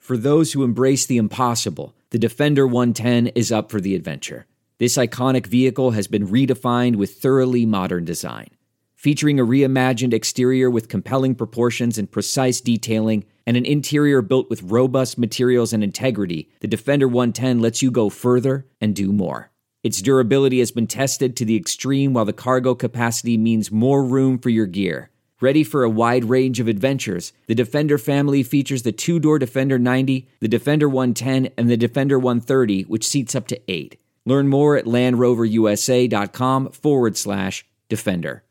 For those who embrace the impossible, the Defender 110 is up for the adventure. This iconic vehicle has been redefined with thoroughly modern design. Featuring a reimagined exterior with compelling proportions and precise detailing, and an interior built with robust materials and integrity, the Defender 110 lets you go further and do more. Its durability has been tested to the extreme, while the cargo capacity means more room for your gear. Ready for a wide range of adventures, the Defender family features the two door Defender 90, the Defender 110, and the Defender 130, which seats up to eight. Learn more at LandRoverUSA.com forward slash Defender.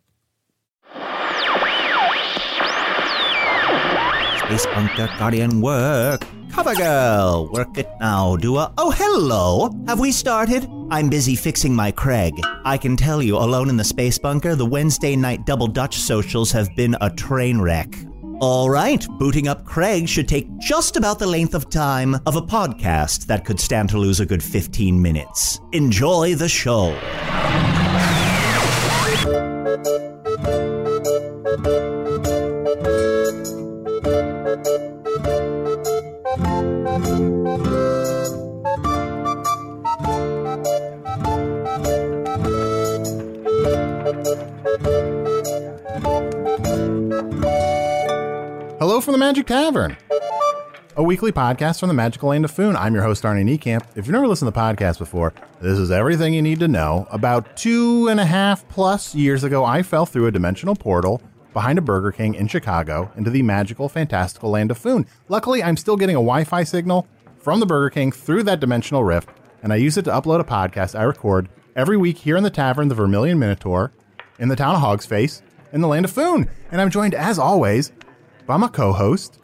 Space Bunker Guardian work. Cover girl, work it now, do a. Oh, hello! Have we started? I'm busy fixing my Craig. I can tell you, alone in the Space Bunker, the Wednesday night double Dutch socials have been a train wreck. Alright, booting up Craig should take just about the length of time of a podcast that could stand to lose a good 15 minutes. Enjoy the show. Hello from the Magic Tavern, a weekly podcast from the magical land of Foon. I'm your host, Arnie Niekamp. If you've never listened to the podcast before, this is everything you need to know. About two and a half plus years ago, I fell through a dimensional portal behind a Burger King in Chicago into the magical, fantastical land of Foon. Luckily, I'm still getting a Wi Fi signal from the Burger King through that dimensional rift, and I use it to upload a podcast I record every week here in the tavern, the Vermilion Minotaur, in the town of Hog's Face, in the land of Foon. And I'm joined, as always, by my co host,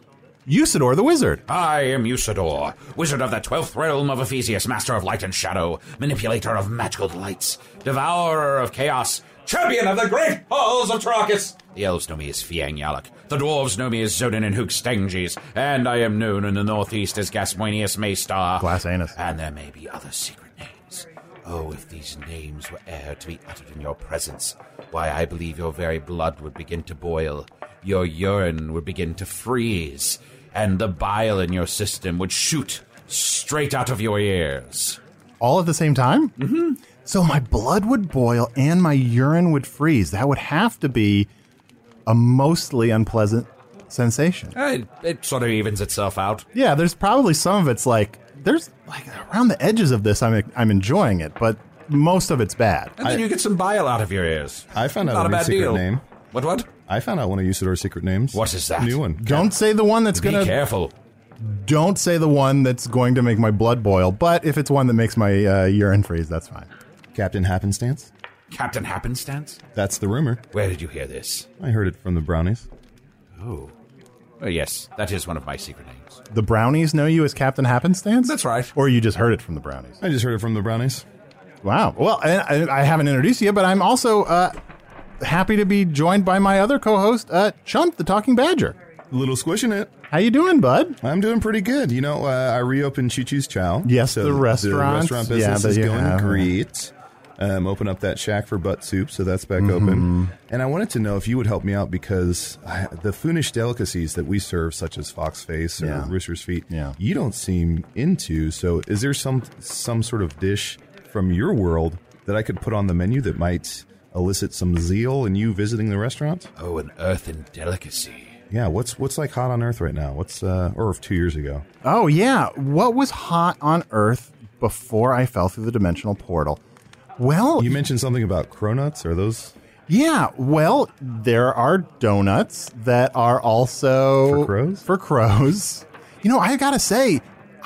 Usador the Wizard. I am Usador, wizard of the twelfth realm of Ephesius, master of light and shadow, manipulator of magical delights, devourer of chaos, champion of the great halls of Trakus. The elves know me as Fiang Yalak, the dwarves know me as Zodin and Hook Stanges, and I am known in the northeast as Gasmoenius Maystar. Glass anus. And there may be other secret names. Oh, if these names were e'er to be uttered in your presence, why, I believe your very blood would begin to boil, your urine would begin to freeze, and the bile in your system would shoot straight out of your ears. All at the same time? Mm-hmm. So my blood would boil and my urine would freeze. That would have to be a mostly unpleasant sensation. It, Eh, it sort of evens itself out. Yeah, there's probably some of it's like there's like around the edges of this. I'm I'm enjoying it, but most of it's bad. And then you get some bile out of your ears. I found out Not a a new bad secret deal. name. What, what? I found out one of Usador's secret names. What is that? New one. Don't say the one that's Be gonna. careful. Don't say the one that's going to make my blood boil. But if it's one that makes my uh, urine freeze, that's fine. Captain Happenstance. Captain Happenstance? That's the rumor. Where did you hear this? I heard it from the brownies. Oh. Oh, yes, that is one of my secret names. The brownies know you as Captain Happenstance. That's right. Or you just heard it from the brownies. I just heard it from the brownies. Wow. Well, I, I I haven't introduced you, but I'm also uh, happy to be joined by my other co-host, uh, Chump the Talking Badger. Little squish in it. How you doing, bud? I'm doing pretty good. You know, uh, I reopened Chi Chi's Chow. Yes, the The restaurant. restaurant Yeah, business that is you going have. great. Um, open up that shack for butt soup, so that's back Mm-hmm. open. And I wanted to know if you would help me out because I, the foonish delicacies that we serve, such as fox face or Yeah. rooster's feet, Yeah. you don't seem into. So, is there some some sort of dish from your world that I could put on the menu that might elicit some zeal in you visiting the restaurant? Oh, an earthen delicacy. Yeah, what's what's like hot on earth right now? What's uh, or two years ago? Oh yeah, what was hot on Earth before I fell through the dimensional portal. Well, You mentioned something about cronuts. Are those yeah, well, there are donuts that are also For crows? For crows. You know, I gotta say,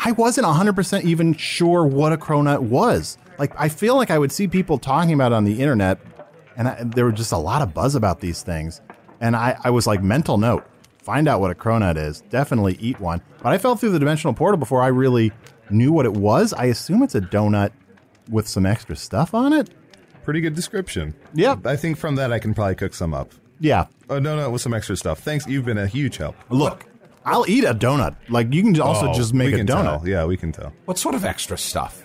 I wasn't 100% even sure what a cronut was. Like, I feel like I would see people talking about it on the internet, and I, there were just a lot of buzz about these things. And I, I was like, mental note, find out what a cronut is. Definitely eat one. But I fell through the dimensional portal before I really knew what it was. I assume it's a donut with some extra stuff on it. pretty good description? Yep. I think from that I can probably cook some up. Yeah, Oh no, no, with some extra stuff. Thanks, you've been a huge help. Look, I'll eat a donut. Like you can also Oh, just make we a can donut. tell. Yeah, we can tell. What sort of extra stuff?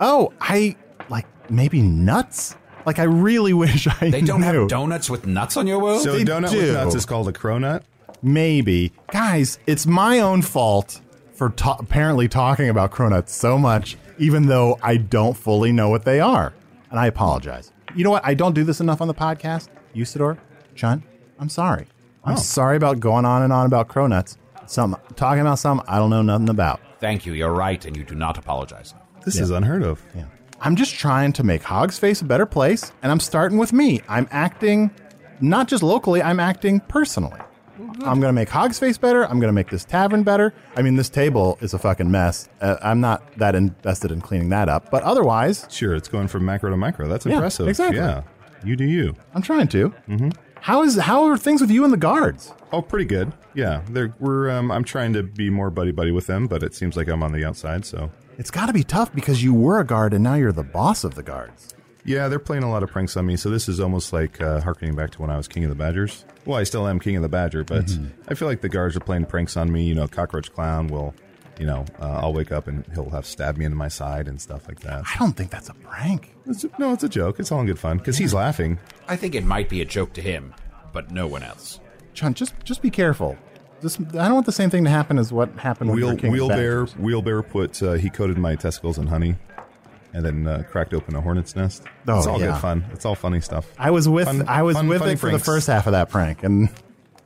Oh, I like maybe nuts. Like I really wish I They don't knew. have donuts with nuts on your world? So they donut do. with nuts is called a cronut. Maybe, guys, it's my own fault for ta- apparently talking about cronuts so much, even though I don't fully know what they are, and I apologize. You know what? I don't do this enough on the podcast. Usador, Chun, I'm sorry. I'm Oh. sorry about going on and on about cronuts. Some talking about some I don't know nothing about. Thank you, you're right, and you do not apologize. This is unheard of. I'm just trying to make Hog's Face a better place, and I'm starting with me. I'm acting not just locally, I'm acting personally. I'm going to make Hog's Face better. I'm going to make this tavern better. I mean, this table is a fucking mess. Uh, I'm not that invested in cleaning that up, but otherwise, Sure, it's going from macro to micro. That's Yeah, impressive. exactly. Yeah, you do you. I'm trying to. Mm-hmm. How is how are things with you and the guards? Oh, pretty good. Yeah, they're, we're. Um, I'm trying to be more buddy buddy with them, but it seems like I'm on the outside. So It's got to be tough because you were a guard and now you're the boss of the guards. yeah, they're playing a lot of pranks on me. So this is almost like uh, harkening back to when I was king of the badgers. Well, I still am king of the badger, but Mm-hmm. I feel like the guards are playing pranks on me. You know, cockroach clown will. You know, uh, I'll wake up and he'll have stabbed me in my side and stuff like that. I don't think that's a prank. It's, no, it's a joke. It's all in good fun because he's laughing. I think it might be a joke to him, but no one else. Chun, just just be careful. This, I don't want the same thing to happen as what happened with Wheel, your King of wheelbear, Badgers. wheelbear put uh, he coated my testicles in honey, and then uh, cracked open a hornet's nest. Oh, it's all yeah. good fun. It's all funny stuff. I was with Fun- I was fun- with funny it for the pranks. first half of that prank, and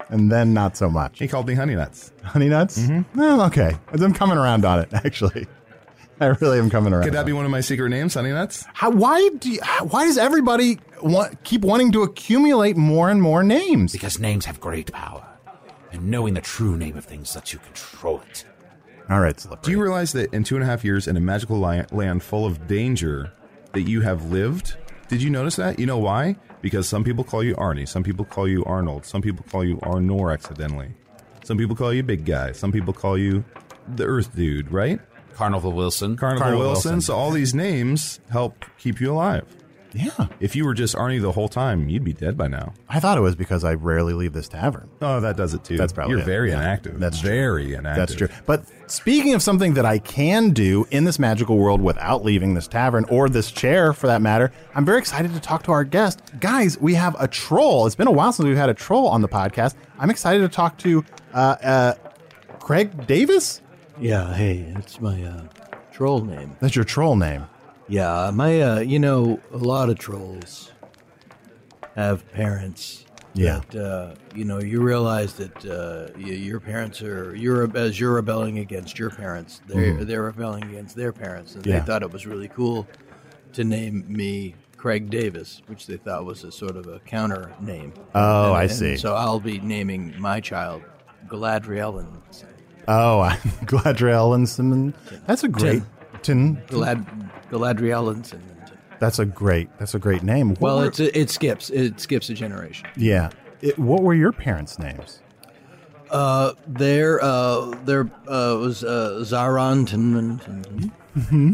and then not so much. He called me honey nuts. Honey nuts? No, okay, I'm coming around on it. Actually, I really am coming around. Could that on be it. one of my secret names, honey nuts? How, why do you, how- why does everybody want, keep wanting to accumulate more and more names? Because names have great power, and knowing the true name of things lets you control it. All right, slippery. Do you realize that in two and a half years in a magical li- land full of danger that you have lived? Did you notice that? You know why? Because some people call you Arnie, some people call you Arnold, some people call you Arnor accidentally, some people call you Big Guy, some people call you the Earth Dude, right? Carnival Wilson. Carnival, Carnival Wilson. Wilson. So all these names help keep you alive. yeah, If you were just Arnie the whole time, you'd be dead by now. I thought it was because I rarely leave this tavern. Oh, that does it too. That's probably you're it. very Yeah. inactive. That's true. very inactive. That's true. But speaking of something that I can do in this magical world without leaving this tavern or this chair for that matter, I'm very excited to talk to our guest. Guys, we have a troll. It's been a while since we've had a troll on the podcast. I'm excited to talk to uh, uh, Craig Davis. Yeah, hey, it's my uh, troll name. That's your troll name. Yeah, my uh, you know, a lot of trolls have parents. Yeah. That, uh, you know, you realize that uh, y- your parents are you're as you're rebelling against your parents, they're they're rebelling against their parents, and Mm-hmm. Yeah. they thought it was really cool to name me Craig Davis, which they thought was a sort of a counter name. Oh, And- I and see. So I'll be naming my child Galadriel and Oh, I'm Gladriel and Simon. That's a great. Tin. Galad Galadriel and and That's a great. That's a great name. What Well, were- it's it skips it skips a generation. yeah. It- what were your parents' names? Uh, there uh, there uh, was uh, Zaron Tinman Mm-hmm.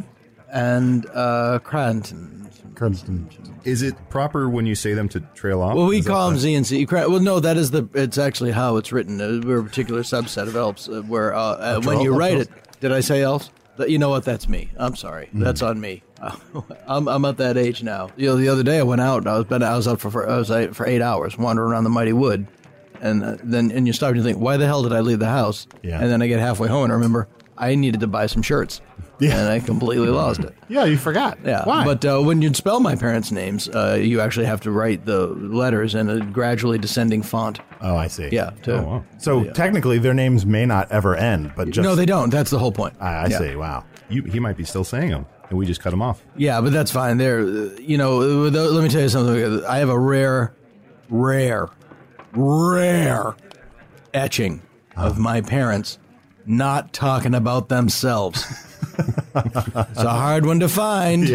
and uh, Cranton. Crimson. Is it proper when you say them to trail off? Well, we Is that- call them Z and Z. Cran- Well, no, that is the it's actually how it's written. Uh, We're a particular subset of elves. Uh, where uh, uh, when troll- you a write troll. it, did I say elves? That- You know what? That's me. I'm sorry. Hmm. That's on me. I'm, I'm at that age now. You know, the other day I went out. I was been I was out for, for I was out for eight hours wandering around the mighty wood, and uh, then and you stop and you think, why the hell did I leave the house? Yeah. And then I get halfway home and I remember I needed to buy some shirts. Yeah. and I completely lost it. Yeah, you forgot. Yeah. Why? But uh, when you spell my parents' names, uh, you actually have to write the letters in a gradually descending font. oh, I see. Yeah. To, Oh, wow. So technically, their names may not ever end, but just no, they don't. That's the whole point. I, I yeah. see. Wow. You, he might be still saying them, and we just cut him off. Yeah, but that's fine. There, you know. with tho- Let me tell you something. I have a rare, rare, rare etching of my parents not talking about themselves. it's a hard one to find.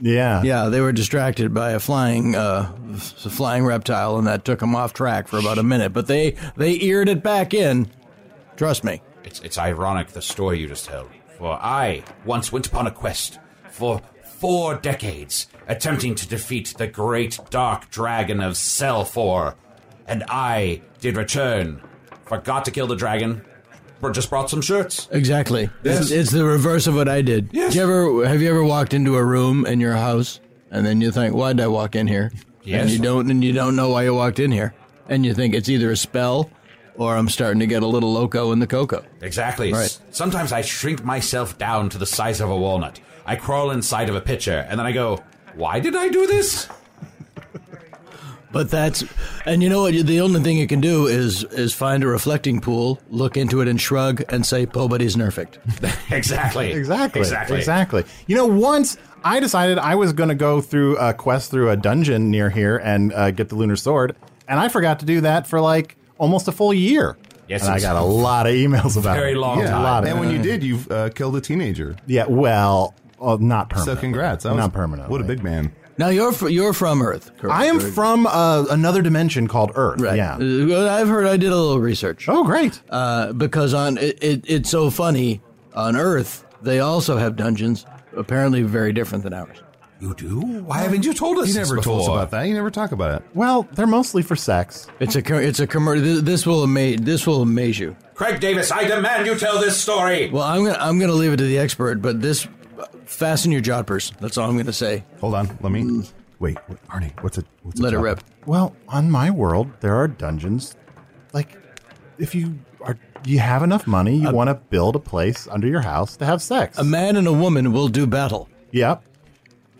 Yeah, Yeah. they were distracted by a flying, uh, s- flying reptile, and that took them off track for about a minute. But they they eared it back in. Trust me. It's, it's ironic the story you just told, for I once went upon a quest for four decades attempting to defeat the great dark dragon of Selfor, and I did return. Forgot to kill the dragon, but just brought some shirts. Exactly. Yes. It's, it's the reverse of what I did. Yes. Do you ever have you ever walked into a room in your house and then you think, why did I walk in here? Yes. And you don't and you don't know why you walked in here. And you think it's either a spell or I'm starting to get a little loco in the cocoa. Exactly. Right. S- Sometimes I shrink myself down to the size of a walnut. I crawl inside of a pitcher, and then I go, Why did I do this? But that's and you know what the only thing you can do is is find a reflecting pool, look into it and shrug and say nobody's nerfect. exactly. Exactly. Exactly. Exactly. You know, once I decided I was going to go through a quest through a dungeon near here and uh, get the lunar sword, and I forgot to do that for like almost a full year. Yes, and it I was got a lot of emails about very it. long yeah, time. A lot of And when it. you did, you've uh, killed a teenager. yeah, well, uh, not permanent. So congrats. That was- not permanent. What a big man. now you're fr- you're from Earth, correct? I am from uh, another dimension called Earth. right. Yeah. Uh, I've heard I did a little research. Oh, great. uh, because on it, it, it's so funny on Earth they also have dungeons apparently very different than ours. You do? Why haven't you told us You this never told us before? about that. You never talk about it. Well, they're mostly for sex. It's a co- it's a commercial. This will amaze this will amaze you. Craig Davis, I demand you tell this story. Well, I'm gonna I'm gonna leave it to the expert, but this uh, fasten your jodhpurs. That's all I'm gonna say. Hold on. Let me. Wait, wait, Arnie. What's it? What's Let it top? rip. Well, on my world, there are dungeons. Like, if you are you have enough money, you want to build a place under your house to have sex. A man and a woman will do battle yep.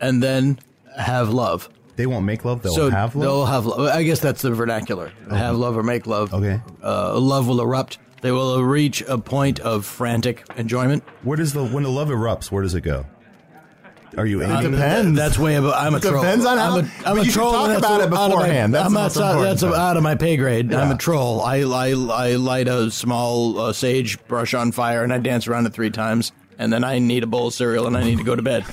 and then have love. They won't make love. They'll so have they'll love. have love. I guess that's the vernacular. Have love or make love. Okay. Uh, love will erupt. They will reach a point of frantic enjoyment. Where does the when the love erupts? Where does it go? Are you It aiming? depends. That's way above. I'm a troll. Depends on how- I'm a, but I'm a you should troll. talk and that's about it out of my- beforehand. That's I'm the most outside. important That's thing. out of my pay grade. I'm Yeah. a troll. I, I I light a small uh, sage brush on fire and I dance around it three times, and then I need a bowl of cereal and I need to go to bed.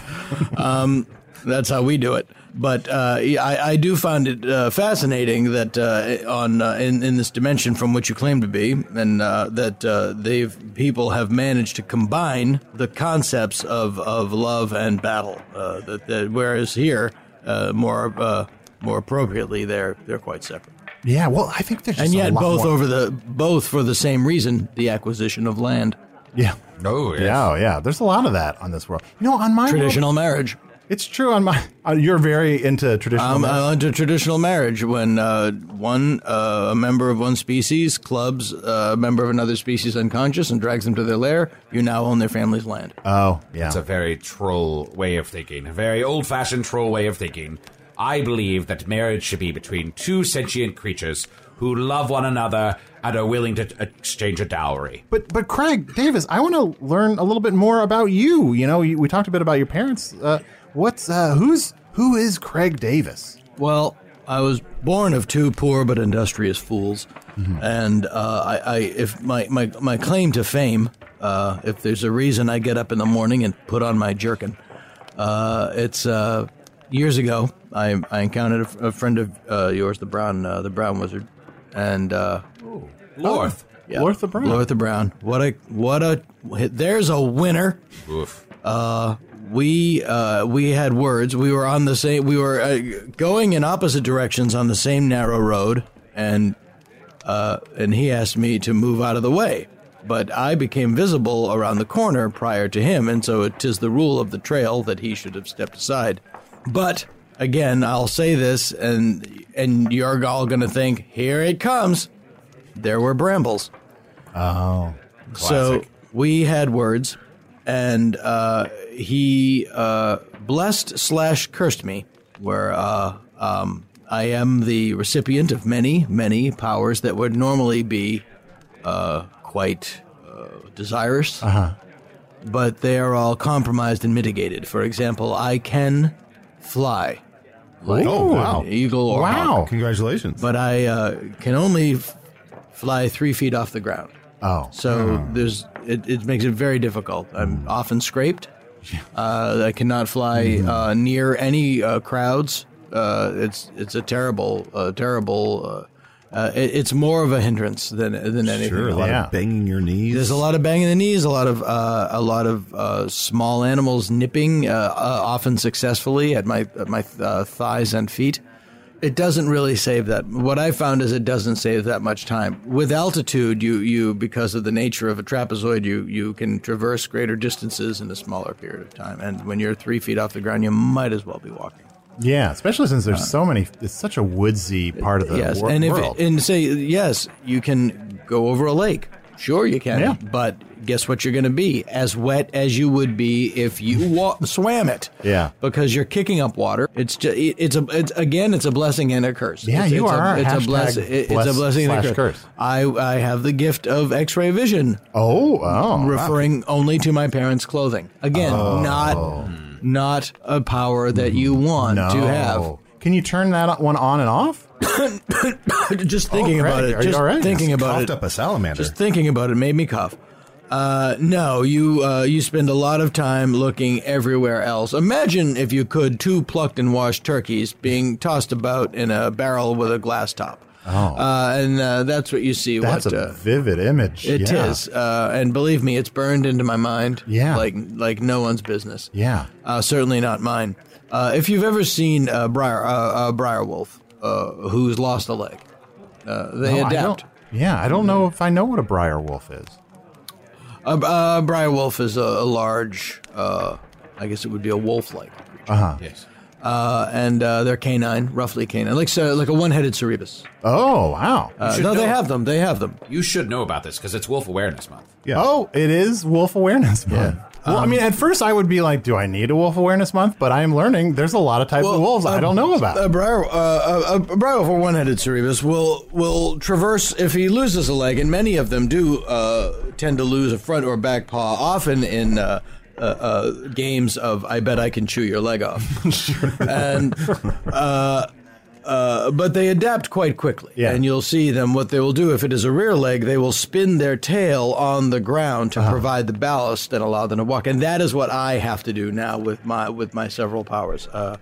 um, that's how we do it. But uh, yeah, I, I do find it uh, fascinating that uh, on uh, in in this dimension from which you claim to be, and uh, that uh, they've people have managed to combine the concepts of, of love and battle. Uh, that, that whereas here, uh, more uh, more appropriately, they're they're quite separate. Yeah. Well, I think there's just And a yet, lot both more- over the both for the same reason: the acquisition of land, Yeah. No, Yeah. Oh, yeah. There's a lot of that on this world. You know, on my traditional marriage. World, it's true. On my, uh, you're very into traditional. Um, marriage. uh, under traditional marriage, when uh, one uh, a member of one species clubs uh, a member of another species unconscious and drags them to their lair, you now own their family's land. oh, yeah. It's a very troll way of thinking, a very old fashioned troll way of thinking. I believe that marriage should be between two sentient creatures who love one another and are willing to t- exchange a dowry. But but Craig Davis, I want to learn a little bit more about you. You know, you, we talked a bit about your parents. Uh, what's uh, who's who is Craig Davis? Well, I was born of two poor but industrious fools, and uh, I, I, if my, my, my claim to fame, uh, if there's a reason I get up in the morning and put on my jerkin, uh, it's uh, years ago I, I encountered a, f- a friend of uh, yours, the brown uh, the brown wizard, and uh, Lorth. yeah, Lortha Brown. Lortha Brown. What a what a there's a winner Oof. we uh, we had words. We were on the same. We were uh, going in opposite directions on the same narrow road, and uh, and he asked me to move out of the way. But I became visible around the corner prior to him, and so it is the rule of the trail that he should have stepped aside. But again, I'll say this, and and you're all gonna think, here it comes. There were brambles. Oh, So we had words, and uh, he uh, blessed slash cursed me, where uh, um, I am the recipient of many, many powers that would normally be uh, quite uh, desirous, Uh-huh. but they are all compromised and mitigated. For example, I can fly, like Oh, wow. an eagle or hawk, Wow. Congratulations. but I uh, can only f- fly three feet off the ground. Oh. So there's it, it makes it very difficult. I'm often scraped. Uh, I cannot fly Hmm. uh, near any uh, crowds. Uh, it's it's a terrible uh, terrible. Uh, uh, it, it's more of a hindrance than than anything. sure, a else. lot Yeah. of banging your knees. There's a lot of bang in the knees, a lot of uh, a lot of uh, small animals nipping, uh, uh, often successfully at my at my uh, thighs and feet. It doesn't really save that. What I found is it doesn't save that much time. With altitude, you you because of the nature of a trapezoid, you you can traverse greater distances in a smaller period of time. And when you're three feet off the ground, you might as well be walking. Yeah, especially since there's so many. It's such a woodsy part of the yes, wor- and if world. and say yes, you can go over a lake. Sure, you can. Yeah. But guess what? You're going to be as wet as you would be if you wa- swam it. Yeah. because you're kicking up water. It's just it's a it's again it's a blessing and a curse. Yeah, it's, you it's are. A, it's Hashtag a blessing. It's a bless blessing and a slash curse. curse. I I have the gift of X-ray vision, oh, oh, referring only to my parents' clothing. Again, Hmm. not not a power that you want Mm-hmm. no. to have. Can you turn that one on and off? just thinking Craig, about are it. you Just all right? thinking about coughed it. up a salamander. Just thinking about it made me cough. Uh, no, you uh, you spend a lot of time looking everywhere else. Imagine if you could two plucked and washed turkeys being tossed about in a barrel with a glass top. Oh, uh, and uh, that's what you see. That's what, a uh, vivid image. it is, yeah. uh, and believe me, it's burned into my mind. Yeah. like like no one's business. Yeah. Uh, certainly not mine. Uh, if you've ever seen uh, Briar, uh, uh, Briar Wolf, uh, who's lost a leg, uh, they No, I adapt. don't- yeah, I don't know if I know what a briar wolf is. A, a Briar Wolf uh, is a, a large, uh, I guess it would be a wolf like creature. Yes. Uh, and uh, they're canine, roughly canine, like, so, like a one headed cerebus. Oh, wow. Uh, should no, they know. have them. They have them. You should know about this because it's Wolf Awareness Month. yeah. Oh, it is Wolf Awareness Month. Well, Um, I mean, at first I would be like, do I need a Wolf Awareness Month? But I am learning there's a lot of types of wolves I a- don't know about. A uh, briar, uh, a, a briar wolf or one-headed cerebus will will traverse if he loses a leg, and many of them do uh, tend to lose a front or back paw, often in. Uh, uh, uh, games of I bet I can chew your leg off, and uh, uh, but they adapt quite quickly. Yeah. And you'll see them. What they will do if it is a rear leg, they will spin their tail on the ground to provide the ballast and allow them to walk. And that is what I have to do now with my with my several powers. Uh,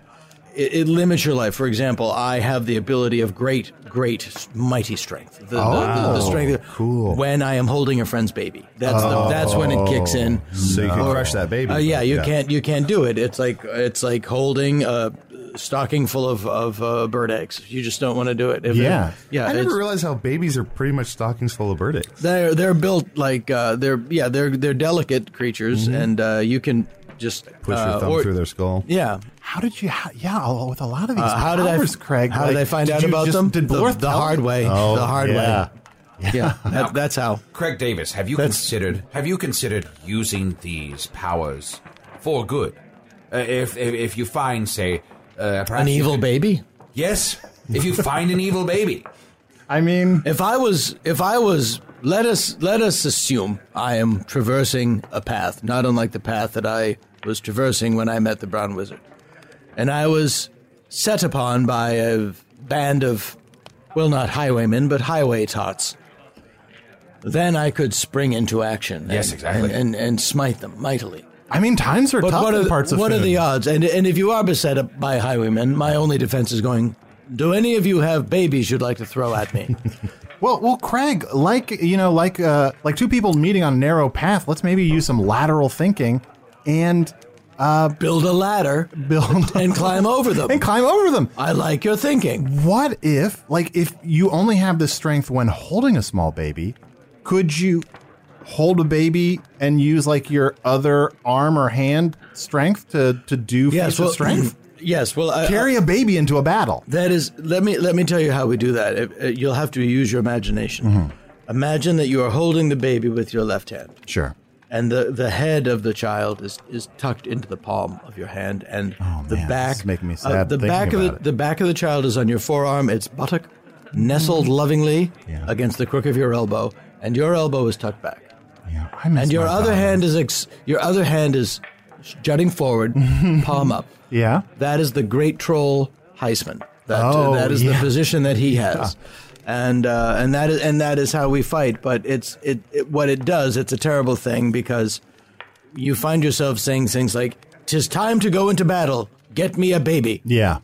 it, it limits your life. For example, I have the ability of great, great, mighty strength. The, oh, the, the, the strength. Cool. When I am holding a friend's baby, that's the, that's when it kicks in. Oh. So you can crush that baby. Uh, yeah, but- you can't you can't do it. It's like it's like holding a stocking full of of uh, bird eggs. You just don't want to do it. If Yeah. it- yeah. I it's- never realized how babies are pretty much stockings full of bird eggs. they're they're built like uh, they're yeah they're they're delicate creatures, and uh, you can just Mm-hmm. Push uh, your thumb or- through their skull. Yeah, How did you? How, yeah, a- with a lot of these Uh, how did I? powers, Craig? how like, did I find out you about just- them? Did the, Blorth the tell hard you? way. Oh, the hard yeah. way. Yeah, that, that's how. Craig Davis, have you considered have you considered using these powers for good? Uh, if, if if you find, say, uh, perhaps An you evil could- baby. Yes, if you find an evil baby, I mean, If I was, if I was, let us let us assume I am traversing a path, not unlike the path that I was traversing when I met the Brown Wizard, and I was set upon by a band of, well, not highwaymen, but highway tots. Then I could spring into action. Yes, and- exactly. and, and and smite them mightily. I mean, times are But tough what are in the, parts of what are Foon. the odds? And and if you are beset up by highwaymen, my only defense is going. Do any of you have babies you'd like to throw at me? Well, well, Craig, like you know, like uh, like two people meeting on a narrow path. Let's maybe use some lateral thinking, and uh, Build a ladder build and climb over them. and climb over them. I like your thinking. What if, like, if you only have this strength when holding a small baby, could you hold a baby and use like your other arm or hand strength to to do feats of strength? Yes, well, I, Carry a baby into a battle. that is. Let me let me tell you how we do that. If- uh, you'll Mm-hmm. have to use your imagination. Imagine that you are holding the baby with your left hand, Sure. and the, the head of the child is, is tucked into the palm of your hand, and the Oh, man, back this is making me uh, sad the thinking back of the, about it. the back of the child is on your forearm, its buttock, nestled Mm-hmm. lovingly against the crook of your elbow, and your elbow is tucked back. Yeah, I miss And your my other father. hand is ex- your other hand is jutting forward, palm up. Yeah. That is the great troll Heisman. That, uh, Oh, that is yeah. the position that he has. And uh, and that is and that is how we fight, but it's it, it what it does, it's a terrible thing because you find yourself saying things like tis time to go into battle. Get me a baby. Yeah.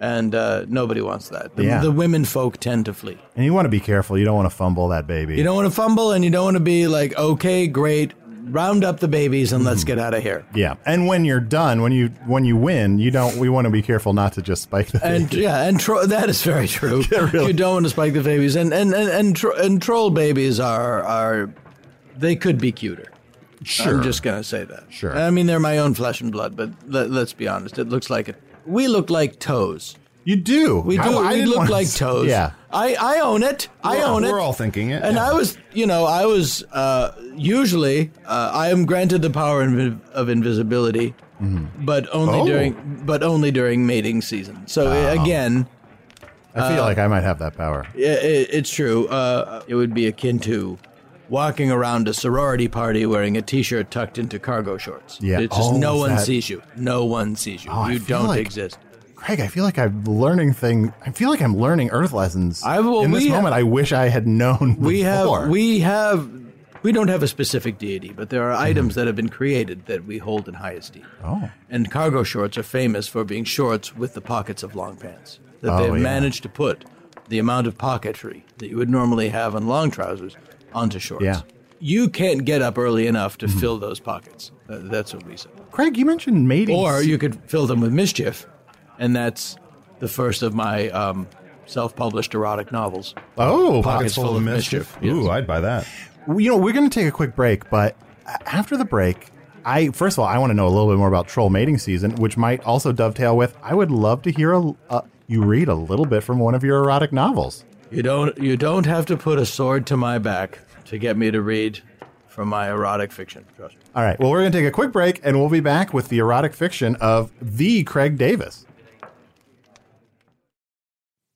And uh, nobody wants that. The, Yeah. the women folk tend to flee. And you want to be careful. You don't want to fumble that baby. You don't want to fumble and you don't want to be like, okay, great, round up the babies and let's get out of here. yeah. And when you're done, when you when you win, you don't. We want to be careful not to just spike the And baby. yeah, and tro- that is very true. You don't want to spike the babies, and and and and, tro- and troll babies are are they could be cuter. Sure. I'm just gonna say that. Sure. I mean, they're my own flesh and blood, but let, let's be honest. It looks like it. We look like toes. you do. We do. I- I we didn't look wanna like s- toes. Yeah. I I own it. I We're- own it. We're all thinking it. And yeah. I was, you know, I was uh, usually uh, I am granted the power invi- of invisibility, but only Oh. during but only during mating season. So uh, again, I feel like I might have that power. i i it's true. Uh, it would be akin to walking around a sorority party wearing a T-shirt tucked into cargo shorts. Yeah. it's just Oh, no one that- sees you. No one sees you. Oh, I you feel don't like- exist. Craig, I feel like I'm learning thing. I feel like I'm learning Earth lessons. I- well, in this we have- moment, I wish I had known. We before. have we have we don't have a specific deity, but there are items that have been created that we hold in high esteem. Oh. And cargo shorts are famous for being shorts with the pockets of long pants. That Oh, they've yeah. managed to put the amount of pocketry that you would normally have on long trousers onto shorts. Yeah. Mm-hmm. You can't get up early enough to fill those pockets. Uh, that's what we say. Craig, you mentioned mating. Or you could fill them with mischief, and that's the first of my um, self-published erotic novels. oh, Pockets full of mischief. Yes. Ooh, I'd buy that. Well, you know, we're going to take a quick break, but a- after the break, I first of all, I want to know a little bit more about troll mating season, which might also dovetail with. I would love to hear a, uh, you read a little bit from one of your erotic novels. You don't you don't have to put a sword to my back to get me to read from my erotic fiction. Trust me. All right. Well, we're going to take a quick break, and we'll be back with the erotic fiction of the Craig Davis.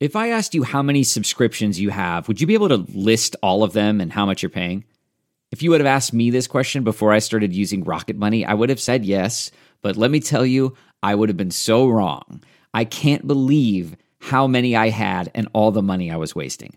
If I asked you how many subscriptions you have, would you be able to list all of them and how much you're paying? If you would have asked me this question before I started using Rocket Money, I would have said yes. But let me tell you, I would have been so wrong. I can't believe how many I had and all the money I was wasting.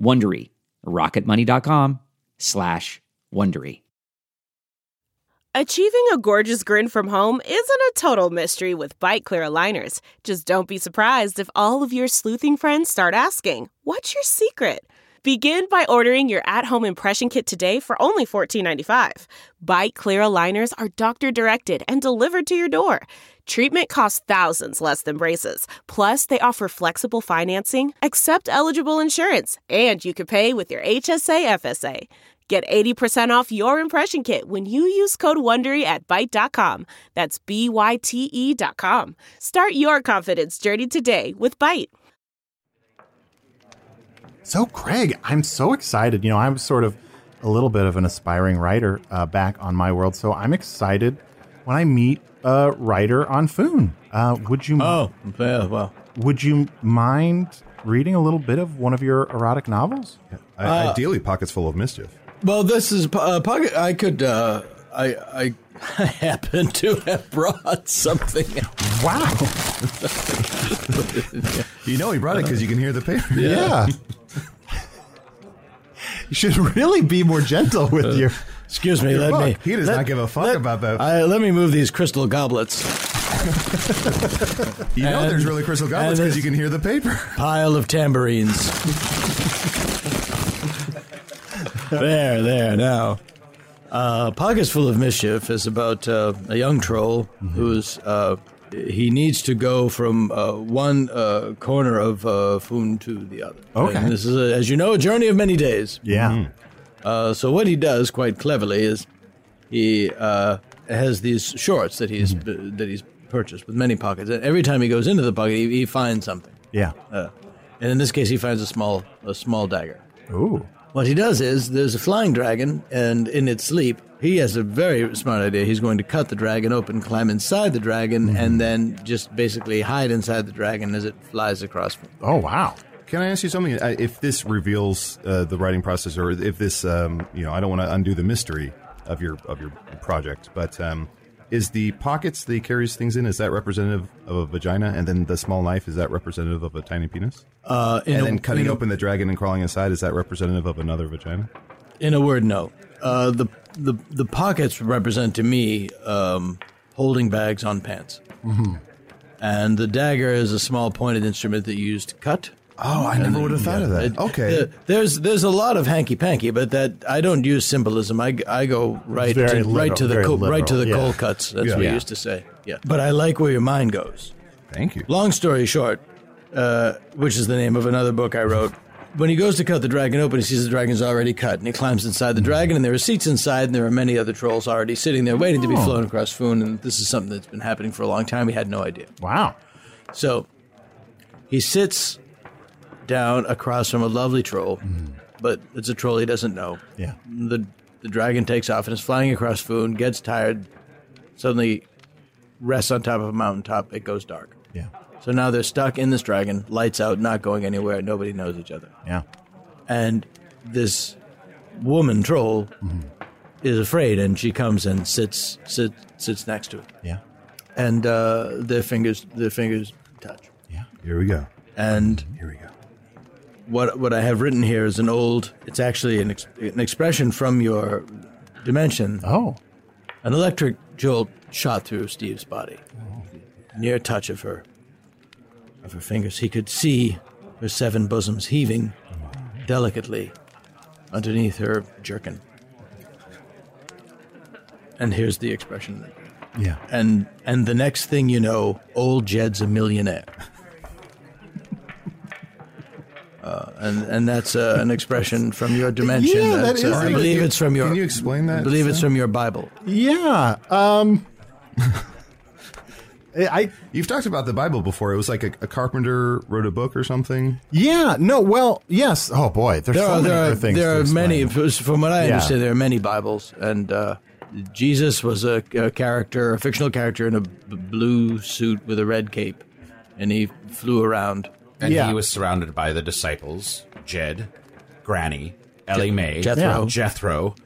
Wondery. rocketmoney.com slash Wondery. Achieving a gorgeous grin from home isn't a total mystery with bite clear aligners. Just don't be surprised if all of your sleuthing friends start asking, What's your secret? Begin by ordering your at home impression kit today for only $14.95. Bite clear aligners are doctor directed and delivered to your door. Treatment costs thousands less than braces. Plus, they offer flexible financing, accept eligible insurance, and you can pay with your HSA FSA. Get 80% off your impression kit when you use code WONDERY at Byte.com. That's B-Y-T-E E dot com. Start your confidence journey today with Byte. So, Craig, I'm so excited. You know, I'm sort of a little bit of an aspiring writer uh, back on my world, so I'm excited when I meet a writer on Foon. Uh, would you? Oh, yeah, well. Would you mind reading a little bit of one of your erotic novels? I, Uh, ideally, pockets full of mischief. Well, this is uh, pocket. I could. Uh, I, I I happen to have brought something. Wow. You know, he brought it because you can hear the paper. Yeah. you should really be more gentle with your. Excuse me. Let Fuck, me. he does let- not give a fuck let- about that. I, let me move these crystal goblets. you know, and- there's really crystal goblets and because it's- you can hear the paper. Pile of tambourines. there, there. Now, Uh, Pockets Full of Mischief is about uh, a young troll Mm-hmm. who's uh, he needs to go from uh, one uh, corner of uh, Foon to the other. Okay. And this is, a, as you know, a journey of many days. Yeah. Uh, so what he does quite cleverly is he uh, has these shorts that he's Mm-hmm. that he's purchased with many pockets, and every time he goes into the pocket, he, he finds something. Yeah. Uh, and in this case, he finds a small a small dagger. Ooh. What he does is there's a flying dragon, and in its sleep, he has a very smart idea. He's going to cut the dragon open, climb inside the dragon, and then just basically hide inside the dragon as it flies across. Oh wow. Can I ask you something? Uh, If this reveals uh, the writing process, or if this, um, you know, I don't want to undo the mystery of your of your project, but um, is the pockets that he carries things in is that representative of a vagina, and then the small knife is that representative of a tiny penis, Uh, in and a- then cutting in a- open the dragon and crawling inside is that representative of another vagina? In a word, no. Uh, the the the pockets represent to me um, holding bags on pants, mm-hmm. and the dagger is a small pointed instrument that you use to cut. Oh, I never would have thought of that. It- Okay, there- there's there's a lot of hanky panky, but that I don't use symbolism. I, g- I go right to, Very right literal- to the very co- right to the literal, yeah. cold cuts. That's Yeah. what Yeah. you used to say. Yeah, but I like where your mind goes. thank you. Long story short, uh, which is the name of another book I wrote. When he goes to cut the dragon open, he sees the dragon's already cut, and he climbs inside the dragon, and there are seats inside, and there are many other trolls already sitting there waiting to be flown across Foon, and this is something that's been happening for a long time. He had no idea. Wow. So he sits down across from a lovely troll, but it's a troll he doesn't know. Yeah. The the dragon takes off and is flying across Foon, gets tired, suddenly rests on top of a mountaintop, it goes dark. Yeah. So now they're stuck in this dragon, lights out, not going anywhere, nobody knows each other. Yeah. And this woman troll Mm-hmm. is afraid and she comes and sits sits sits next to it. Yeah. And uh, their fingers their fingers touch. Here we go. And Here we go. what what I have written here is an old. It's actually an, ex, an expression from your dimension. Oh. An electric jolt shot through Steve's body, near touch of her, of her fingers. He could see her seven bosoms heaving delicately underneath her jerkin. And here's the expression. Yeah. And and the next thing you know, old Jed's a millionaire. Uh, and and that's uh, an expression from your dimension. Yeah, that That's, uh, is I an- believe it's from your. Can you explain that? I believe it's Sam? from your Bible. Yeah. Um. I You've talked about the Bible before. It was like a, a carpenter wrote a book or something. yeah no well yes oh boy there's There so are many there are, other things there to are many. explain. From what I Yeah. understand, there are many Bibles, and uh, Jesus was a, a character, a fictional character in a b- blue suit with a red cape, and he flew around. And Yeah. he was surrounded by the disciples Jed, Granny, Ellie Mae, Jethro. Jethro,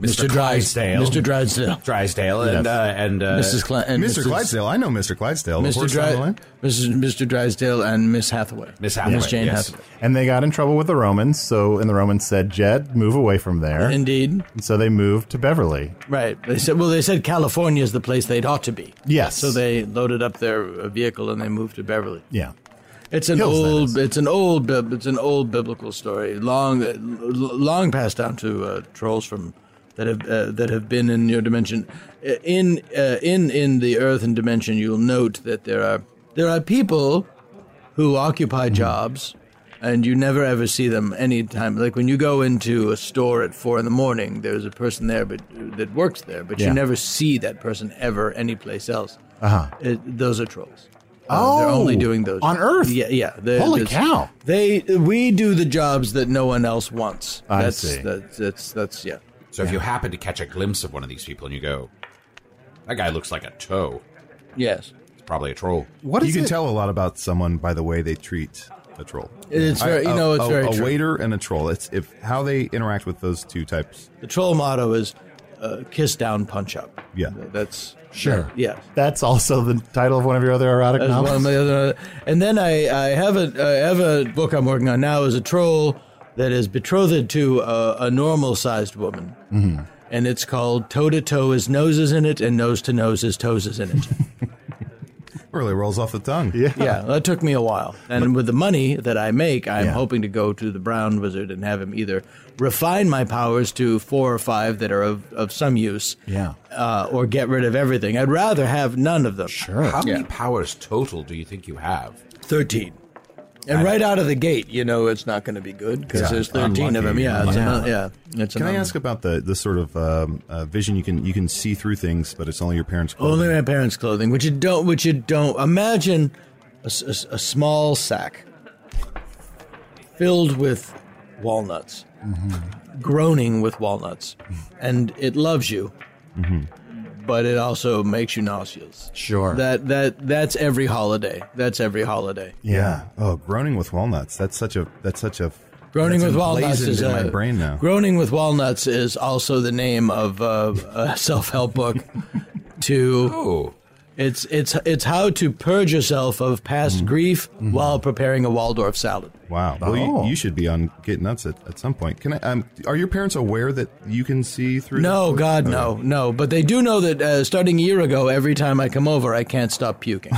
Mr. Mr. Drysdale, Mr. Drysdale, Drysdale, and uh, and uh, Mrs. Cl- and Mr. Clydesdale. I know Mr. Clydesdale. the Mr. horse down the line. Dry- Mrs. Mr. Drysdale and Miss Hathaway. Miss Hathaway, Miss Jane yes. Hathaway. and they got in trouble with the Romans so and the Romans said Jed move away from there Indeed. and so they moved to Beverly Right. They said, well, they said California is the place they'd ought to be. Yes. So they loaded up their uh, vehicle and they moved to Beverly. yeah It's an Hills, that is. old, it's an old, bib- it's an old biblical story, long, uh, l- long passed down to uh, trolls from that have uh, that have been in your dimension. Uh, In uh, in in the Earth and dimension, you'll note that there are there are people who Hmm. occupy jobs, and you never ever see them any time. Like when you go into a store at four in the morning, there's a person there, but that works there, but Yeah. you never see that person ever anyplace else. Uh-huh. It, those are trolls. Oh, Uh, they're only doing those on Earth? Yeah, yeah. They- Holy it's- cow. They we do the jobs that no one else wants. I that's, see. That's, that's that's yeah. So if you happen to catch a glimpse of one of these people and you go, that guy looks like a toe, Yes, it's probably a troll. what is you can it? tell a lot about someone by the way they treat a troll. it's I- very you know a- it's a, very a true. waiter and a troll. It's if how they interact with those two types. The troll motto is uh, "kiss down, punch up." Yeah. that's Sure. yeah. that's also the title of one of your other erotic That's novels one of my other- and then I, I have a I have a book I'm working on now is a troll that is betrothed to uh, a, a normal sized woman, Mm-hmm. and it's called Toe to Toe is noses in it, and Nose to Nose is toes is in it. Really rolls off the tongue. Yeah. Yeah, that took me a while. And with the money that I make, I'm Yeah. hoping to go to the Brown Wizard and have him either refine my powers to four or five that are of, of some use, Yeah. uh, or get rid of everything. I'd rather have none of them. Sure. How many powers total do you think you have? 13. And right out of the gate, you know it's not going to be good because Yeah, there's 13 of them. unlucky, Yeah, it's unlucky. ano- yeah. It's Can I another- ask about the the sort of um, uh, vision you can you can see through things, but it's only your parents' clothes? Only my parents' clothing, which you don't, which you don't imagine a, s- a s- a small sack filled with walnuts, Mm-hmm. groaning with walnuts, and it loves you, Mm-hmm. but it also makes you nauseous. Sure. That that that's every holiday. That's every holiday. yeah. Oh, groaning with walnuts. That's such a that's such a Groaning that's with walnuts emblazoned is in a, my brain now. Groaning with walnuts is also the name of uh, a self-help book. to Oh, It's it's it's how to purge yourself of past grief while preparing a Waldorf salad. Mm-hmm. Wow. Well, Oh. you, you should be on Get Nuts at, at some point. Can I? Um, are your parents aware that you can see through? No, the- Oh. God, no, no. But they do know that uh, starting a year ago, every time I come over, I can't stop puking.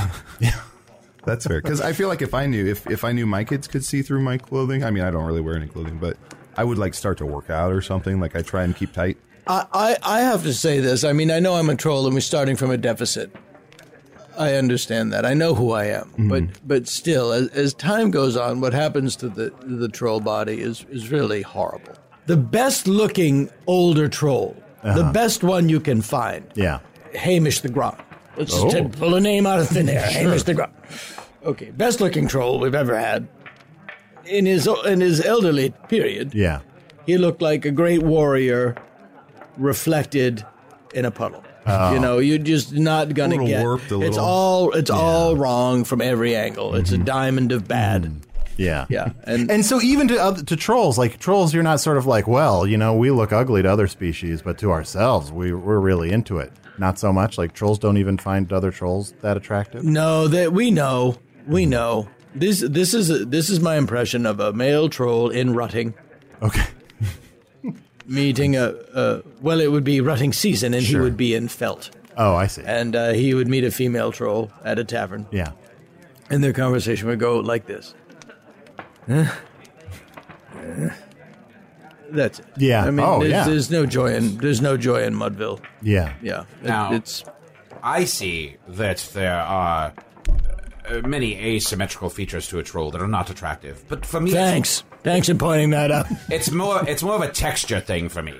That's fair. Because I feel like if I knew if if I knew my kids could see through my clothing, I mean, I don't really wear any clothing, but I would like start to work out or something. Like I try and keep tight. I, I I have to say this. I mean, I know I'm a troll, and we're starting from a deficit. I understand that. I know who I am, but but still, as, as time goes on, what happens to the the troll body is is really horrible. The best looking older troll, the best one you can find, Yeah. Hamish the Grom. Let's just t- pull a name out of thin air. Hamish the Grom. Okay, best looking troll we've ever had. In his in his elderly period, Yeah. he looked like a great warrior reflected in a puddle. Oh, You know, you're just not gonna little get. warped, a It's little- Mm-hmm. all it's all wrong from every angle. It's a diamond of bad. Yeah. Yeah, and, And so even to oth- to trolls, like trolls, you're not sort of like, well, you know, we look ugly to other species, but to ourselves, we we're really into it. Not so much. Like trolls don't even find other trolls that attractive. no, that we know, we know. This this is this is my impression of a male troll in rutting. Okay. meeting a, a well, it would be rutting season, and he would be in felt, Oh, I see. and uh, he would meet a female troll at a tavern, Yeah. and their conversation would go like this. Huh? Huh? That's it. Yeah. I mean, Oh, there's, yeah. there's no joy in there's no joy in Mudville. Yeah. Yeah, it- Now- it's I see that there are uh, many asymmetrical features to a troll that are not attractive. But for me, it's, thanks, thanks for pointing that out. it's more it's more of a texture thing for me.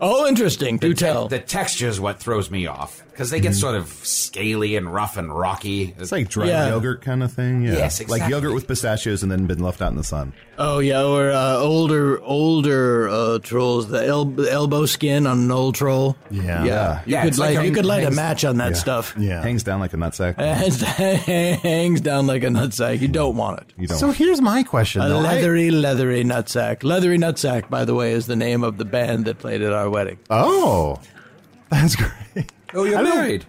Oh, interesting. Do Te- tell. The texture is what throws me off because they get sort of scaly and rough and rocky. Hmm. It's like dried Yeah. yogurt kind of thing. Yeah. Yes, Like exactly. yogurt with pistachios and then been left out in the sun. Oh yeah, or uh, older older uh, trolls, the el- elbow skin on an old troll. Yeah. yeah. You Yeah, could it's like light a- you could light a hangs- match on that stuff. Yeah. Hangs down like a nutsack. hangs down like a nutsack. You don't want it. you don't. So here's my question. A though. I- leathery, leathery nutsack. Leathery nutsack, by the way, is the name of the band that played at our wedding. oh, that's great. oh, you're married.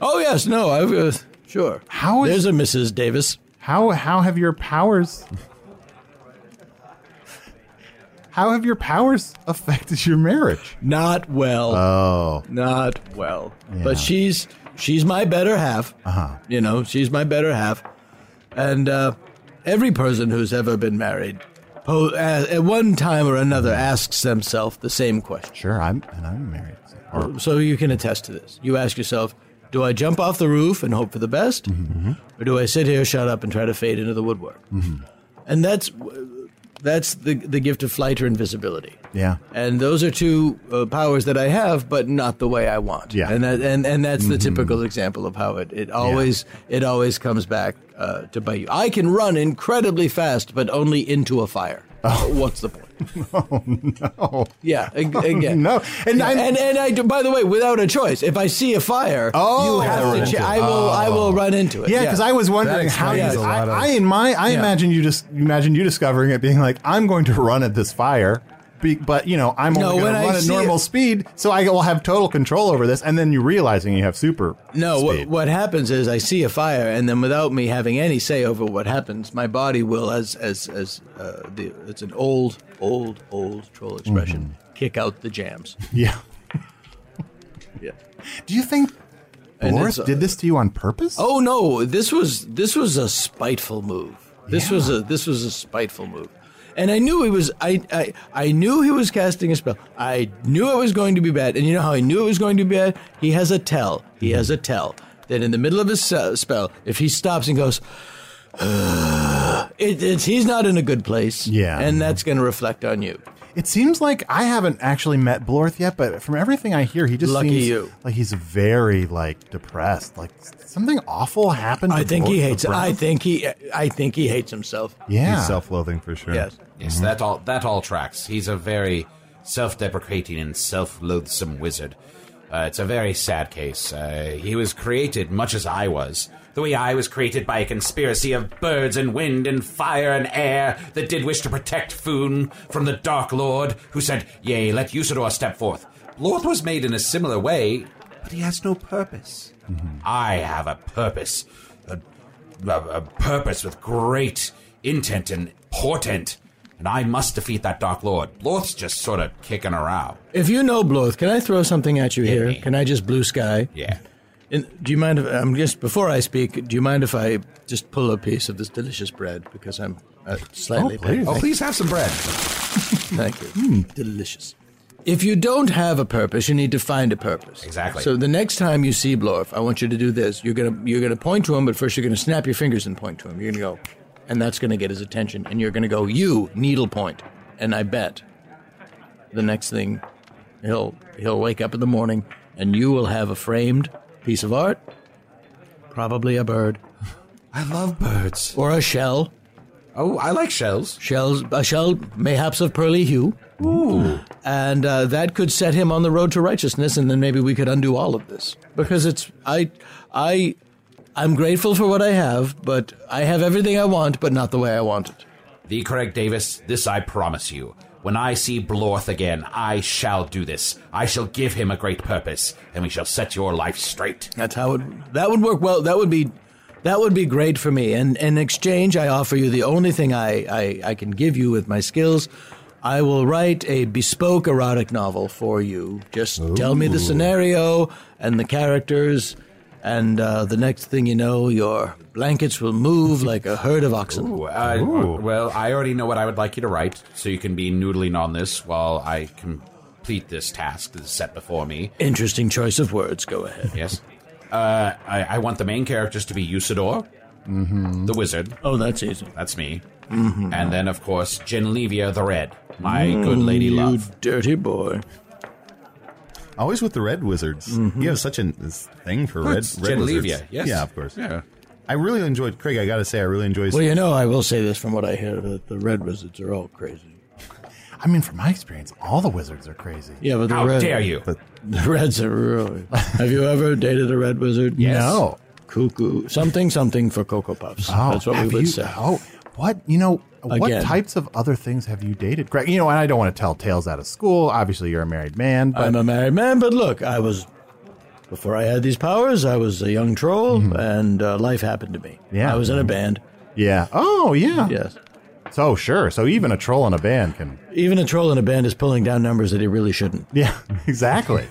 Oh yes, no, I was sure. How is- there's a Mrs. Davis. How how have your powers? How have your powers affected your marriage? Not well. Oh, not well. Yeah. But she's she's my better half. Uh-huh. You know, she's my better half. And uh, every person who's ever been married, po- uh, at one time or another, asks themselves the same question. Mm-hmm. sure. I'm and I'm married. so- Or, So you can attest to this. You ask yourself, do I jump off the roof and hope for the best, Mm-hmm. or do I sit here, shut up, and try to fade into the woodwork? Mm-hmm. And that's that's the the gift of flight or invisibility yeah. and those are two uh, powers that I have, but not the way I want. Yeah. Mm-hmm. and that, and and that's the typical example of how it it always it always comes back uh, to bite you. I can run incredibly fast, but only into a fire. What's the point? Oh, Yeah, ag- again. no. And And, I'm- and and I do, by the way, without a choice, if I see a fire, Oh. you have to. Ch- I will. I will run into it. Yeah, because I was wondering That how you. explains a I, lot of- I in my I imagine you just imagine you discovering it, being like, I'm going to run at this fire, be, but you know I'm No, only going when to I run at see normal it- speed, so I will have total control over this. And then you realizing you have super. No, what, speed. what happens is I see a fire, and then without me having any say over what happens, my body will, as as as uh, the it's an old, old, old troll expression, kick out the jams. Yeah. Yeah. Do you think And Loris it's uh, a- did this to you on purpose? Oh no, this was this was a spiteful move. This was a this was a spiteful move. And I knew he was I, I I knew he was casting a spell. I knew it was going to be bad. And you know how I knew it was going to be bad? He has a tell. He has a tell. That in the middle of his se- spell, if he stops and goes it, it's he's not in a good place. Yeah. And that's going to reflect on you. It seems like I haven't actually met Blorth yet, but from everything I hear, he just Lucky seems you. like he's very like depressed. Like something awful happened. I to think he Blorth- hates to I Blorth. think he I think he hates himself. Yeah. He's self-loathing for sure. Yes. Yes, that all that all tracks. He's a very self-deprecating and self-loathsome wizard. Uh, it's a very sad case. Uh, he was created much as I was. The way I was created by a conspiracy of birds and wind and fire and air that did wish to protect Foon from the Dark Lord, who said, "Yea, let Usador step forth." Lord was made in a similar way, but he has no purpose. I have a purpose, a, a, a purpose with great intent and portent, and I must defeat that Dark Lord. Lord's just sort of kicking around. If you know Bloth, can I throw something at you here? me. Can I just blue sky? Yeah. And do you mind if I'm just before I speak? Do you mind if I just pull a piece of this delicious bread because I'm uh, Oh, slightly please. Oh, please have some bread. Thank you. Hmm, Delicious. If you don't have a purpose, you need to find a purpose. Exactly. So the next time you see Blorf, I want you to do this. You're gonna you're gonna point to him, but first you're gonna snap your fingers and point to him. You're gonna go, and that's gonna get his attention. And you're gonna go, you needle point. And I bet the next thing he'll he'll wake up in the morning, and you will have a framed piece of art, probably a bird I love birds. or a shell. Oh, I like shells. Shells, a shell, mayhaps of pearly hue. And uh, that could set him on the road to righteousness, and then maybe we could undo all of this. Because it's I, I, I'm grateful for what I have, but I have everything I want, but not the way I want it. The Craig Davis, this I promise you. When I see Blorth again, I shall do this. I shall give him a great purpose, and we shall set your life straight. That's how it. That would work well. That would be, that would be great for me. And in exchange, I offer you the only thing I I, I can give you with my skills. I will write a bespoke erotic novel for you. Just tell me the scenario and the characters, and uh, the next thing you know, your blankets will move like a herd of oxen. Uh, well, I already know what I would like you to write, so you can be noodling on this while I complete this task that is set before me. Interesting choice of words. Go ahead. Yes. Uh, I, I want the main characters to be Usador, the wizard. Oh, that's easy. That's me. Mm-hmm. And uh, then, of course, Genlevia the Red, my good lady Mm, You love. dirty boy. Always with the red wizards. Mm-hmm. You have such a this thing for red, It's red wizards. Genlevia, yes. Yeah, of course. Yeah. I really enjoyed Craig. I got to say, I really enjoyed. Well, you know, I will say this from what I hear that the red wizards are all crazy. I mean, from my experience, all the wizards are crazy. Yeah, but the How red, dare you? The reds are really. Have you ever dated a red wizard? Yes. No. Cuckoo. Something, something for Cocoa Puffs. Oh, That's what we have would you- say. Oh, what you know? What Again. types of other things have you dated, Greg? You know, and I don't want to tell tales out of school. Obviously, you're a married man, but I'm a married man, but look, I was. Before I had these powers, I was a young troll, and uh, life happened to me. Mm-hmm. Yeah. I was in a band. yeah. Oh, yeah. Yes. So sure. So even a troll in a band can. Even a troll in a band is pulling down numbers that he really shouldn't. Yeah, exactly.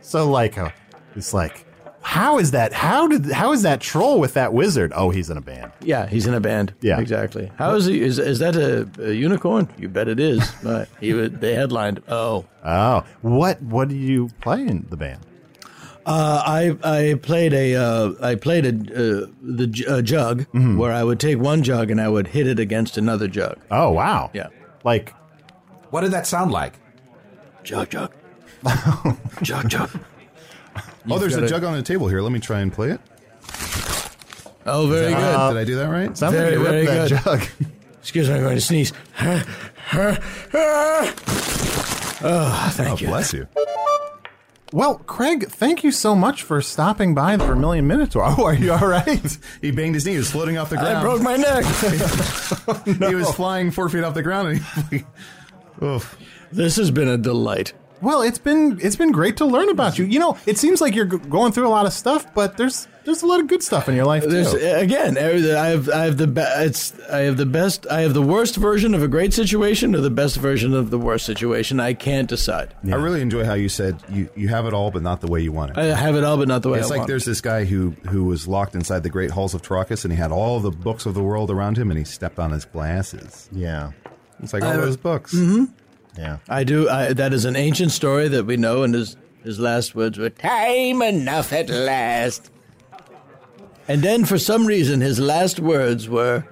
so like, uh, it's like, how is that? How did? How is that troll with that wizard? Oh, he's in a band. Yeah, he's in a band. Yeah. exactly. How is he? Is, is that a, a unicorn? You bet it is. but he was, they headlined. Oh, Oh, what? What do you play in the band? Uh, I I played a uh, I played a uh, the j- a jug Mm-hmm. where I would take one jug and I would hit it against another jug. Oh, wow. Yeah. Like, What did that sound like? Jug jug. jug jug. oh, there's got a it. jug on the table here. Let me try and play it. Oh, very good. Did I do that right? somebody Very, ripped very that jug. Excuse me, I'm going to sneeze. oh, oh, thank you. bless you. Well, Craig, thank you so much for stopping by the Vermilion Minotaur. Oh, are you all right? He banged his knee. He was floating off the ground. I broke my neck. He was flying four feet off the ground. And he, this has been a delight. Well, it's been it's been great to learn about you. You know, it seems like you're g- going through a lot of stuff, but there's there's a lot of good stuff in your life There's too. again, every- I have I have the be- it's I have the best I have the worst version of a great situation or the best version of the worst situation. I can't decide. I really enjoy how you said you, you have it all, but not the way you want it. I have it all, but not the way it's I like want. there's this guy who who was locked inside the great halls of Trachis, and he had all the books of the world around him, and he stepped on his glasses. Yeah, It's like all Uh, those books. Mm-hmm. yeah. I do. I, that is an ancient story that we know, and his his last words were "Time enough at last." And then, for some reason, his last words were,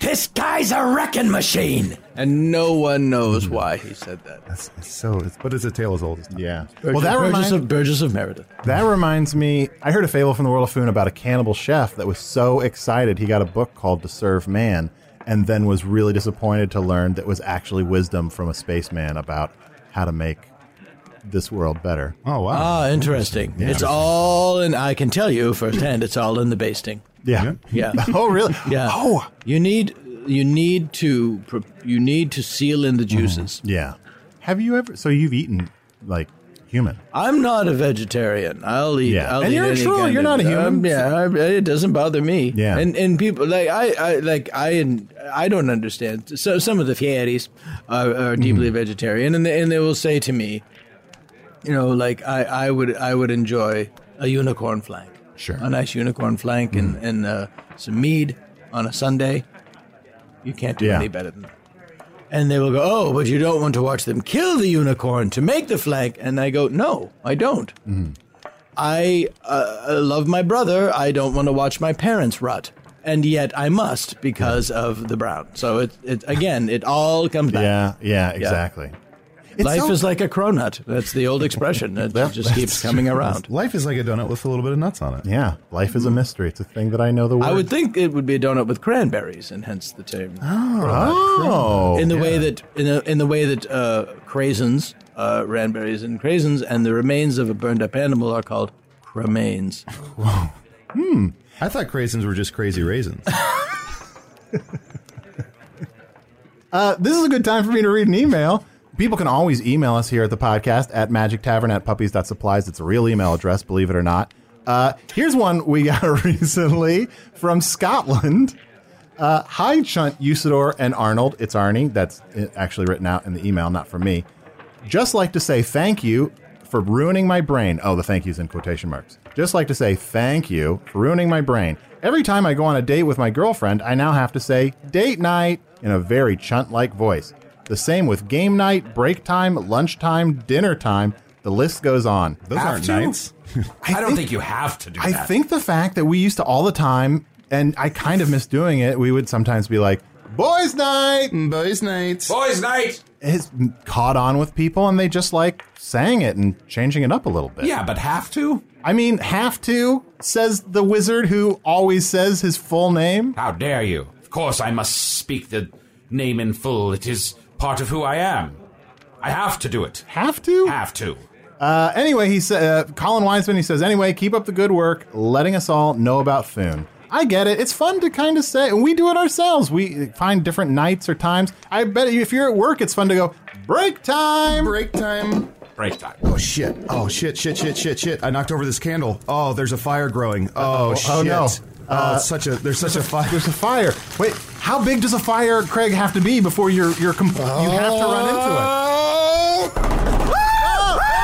"This guy's a wrecking machine," and no one knows why he said that. Hmm. That's it's so. It's, but it's a tale as old as time. Yeah. Well, that Burgess reminds of Burgess of Meredith. that reminds me. I heard a fable from the world of Foon about a cannibal chef that was so excited he got a book called To Serve Man, and then was really disappointed to learn that was actually wisdom from a spaceman about how to make this world better. Oh wow. Ah, interesting. It's all in. I can tell you firsthand. It's all in the basting. Yeah. Yeah. oh, really? Yeah. Oh. You need you need to pre- you need to seal in the juices. Mm-hmm. Yeah. Have you ever? So you've eaten like human? I'm not a vegetarian. I'll eat. Yeah. I'll And eat you're a any troll. kind You're of- not a human. Um, yeah, I, it doesn't bother me. Yeah. And and people like I, I like I I don't understand. So some of the fieries are, are deeply Mm-hmm. vegetarian, and they, and they will say to me, you know, like I, I would I would enjoy a unicorn flank. Sure. Mm. A nice unicorn flank and and uh, some mead on a Sunday. You can't do Yeah. any better than that. And they will go, oh, but you don't want to watch them kill the unicorn to make the flank. And I go, no, I don't. Mm-hmm. I, uh, I love my brother. I don't want to watch my parents rot. And yet I must because of the brown. So it, it again, it all comes back. Yeah. Yeah. Exactly. It's Life so- is like a cronut. That's the old expression. It That- just keeps coming around. Life is like a donut with a little bit of nuts on it. Hmm. Yeah, life is a mystery. It's a thing that I know the word. I would think it would be a donut with cranberries, and hence the term. oh, in the way that in, the in the way that uh, craisins, uh, ranberries, and craisins, and the remains of a burned-up animal are called cremains. Hmm. I thought craisins were just crazy raisins. uh, this is a good time for me to read an email. People can always email us here at the podcast at magic tavern at puppies.supplies. It's a real email address, believe it or not. Uh, here's one we got recently from Scotland. Uh, Hi, Chunt, Usador, and Arnold. It's Arnie. That's uh, actually written out in the email, not from me. Just like to say thank you for ruining my brain. Oh, the thank yous in quotation marks. Just like to say thank you for ruining my brain. Every time I go on a date with my girlfriend, I now have to say date night in a very chunt like voice. The same with game night, break time, lunchtime, dinner time. The list goes on. Those Have aren't to? nights. I, don't think, you have to do I that. think the fact that we used to all the time, and I kind of miss doing it, we would sometimes be like, boys night, Mm, Boys' nights. Boys' night. has caught on with people and they just like sang it and changing it up a little bit. Yeah, but have to? I mean, have to, says the wizard who always says his full name. How dare you? Of course, I must speak the name in full. It is part of who I am. I have to do it. Have to? Have to. Uh, anyway, he sa- uh, Colin Wiseman, he says, anyway, keep up the good work, letting us all know about Thune. I get it. It's fun to kind of say, and we do it ourselves. We find different nights or times. I bet you if you're at work, it's fun to go, break time. Break time. Break time. Oh shit! Oh shit! Shit! Shit! Shit! Shit! I knocked over this candle. Oh, there's a fire growing. Oh, shit! oh, no. Oh, Uh, it's such a there's such a fire. There's a fire. Wait, how big does a fire, Craig, have to be before you're you're comp- you have to run into it? Oh,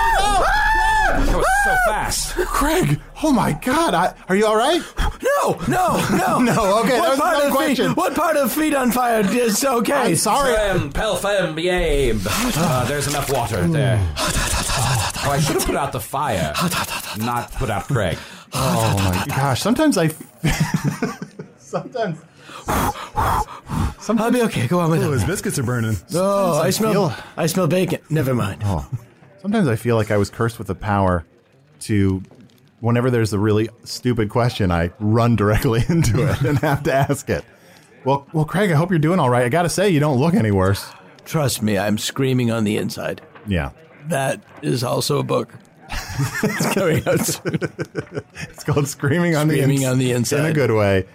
That was so fast. Craig, oh my God, I, are you all right? Hmm. No, no, no, No, okay, that was part the of feet- question. What part of feet on fire is okay? I'm sorry. Um, Pelfem, yay. Uh, there's enough water there. Hmm. Oh, I should have put out the fire, not put out Craig. Oh my gosh, sometimes I. sometimes. I'll be okay. Go on with Oh, it. his biscuits are burning. Oh, I smell. feel- I smell bacon. Never mind. Sometimes I feel like I was cursed with the power to. Whenever there's a really stupid question, I run directly into it and have to ask it. Well, well, Craig, I hope you're doing all right. I gotta say, you don't look any worse. Trust me, I'm screaming on the inside. Yeah, That is also a book. it's coming out soon. it's called "Screaming on Screaming the Ins- on the in a Inside. good way"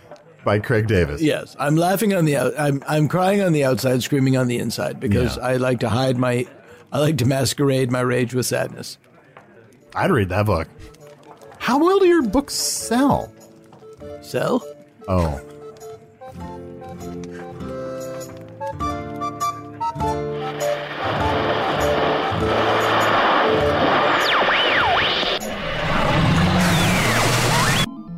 by Craig Davis. Yes, I'm laughing on the out. I'm I'm crying on the outside, screaming on the inside because Yeah. I like to hide my I like to masquerade my rage with sadness. I'd read that book. How well do your books sell? So, Oh.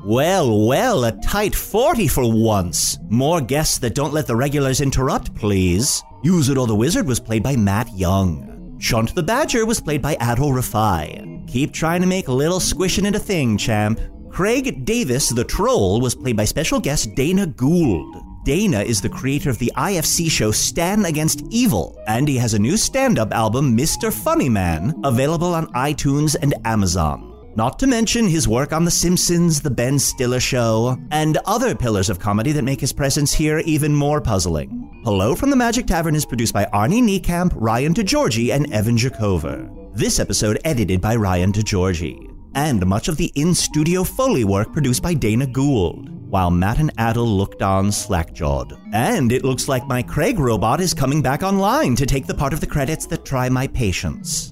Well, well, a tight 40 for once. More guests that don't let the regulars interrupt, please. Yuzuro the Wizard was played by Matt Young. Shunt the Badger was played by Adol Rafai. Keep trying to make little squishing into thing, champ. Craig Davis the Troll was played by special guest Dana Gould. Dana is the creator of the IFC show Stan Against Evil, and he has a new stand up album, Mr. Funny Man, available on iTunes and Amazon. Not to mention his work on The Simpsons, The Ben Stiller Show, and other pillars of comedy that make his presence here even more puzzling. Hello from the Magic Tavern is produced by Arnie Niekamp, Ryan DeGiorgi, and Evan Jacover. This episode edited by Ryan DeGiorgi. And much of the in studio Foley work produced by Dana Gould, while Matt and Adel looked on slackjawed. And it looks like my Craig robot is coming back online to take the part of the credits that try my patience.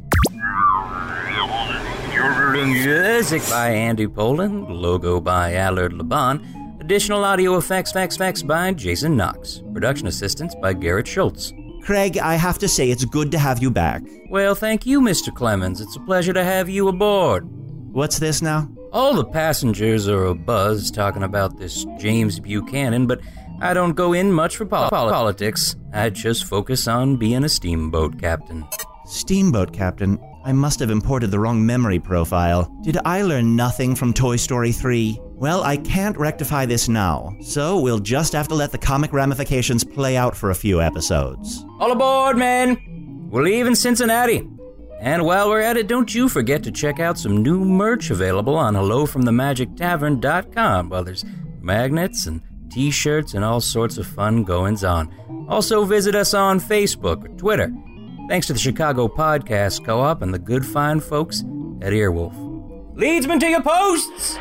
Music by Andy Poland, logo by Allard Laban, additional audio effects, facts, facts by Jason Knox, production assistance by Garrett Schultz. Craig, I have to say it's good to have you back. Well, thank you, Mr. Clemens. It's a pleasure to have you aboard. What's this now? All the passengers are abuzz talking about this James Buchanan, but I don't go in much for pol- pol- politics. I just focus on being a steamboat captain. Steamboat Captain, I must have imported the wrong memory profile. Did I learn nothing from Toy Story 3? Well, I can't rectify this now, so we'll just have to let the comic ramifications play out for a few episodes. All aboard, men! We're leaving Cincinnati. And while we're at it, don't you forget to check out some new merch available on hellofromthemagictavern.com. Well, there's magnets and t shirts and all sorts of fun goings on. Also, visit us on Facebook or Twitter. Thanks to the Chicago Podcast Co op and the good fine folks at Earwolf. Leadsmen to your posts!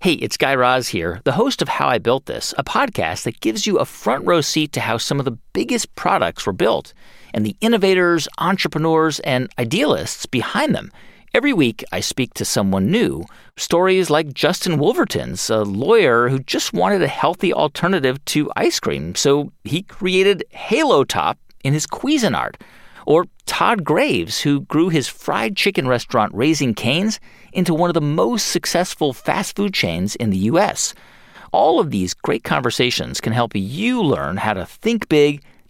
Hey, it's Guy Raz here, the host of How I Built This, a podcast that gives you a front row seat to how some of the biggest products were built and the innovators, entrepreneurs, and idealists behind them. Every week, I speak to someone new. Stories like Justin Wolverton's, a lawyer who just wanted a healthy alternative to ice cream, so he created Halo Top in his Cuisinart. Or Todd Graves, who grew his fried chicken restaurant Raising Canes into one of the most successful fast food chains in the U.S. All of these great conversations can help you learn how to think big,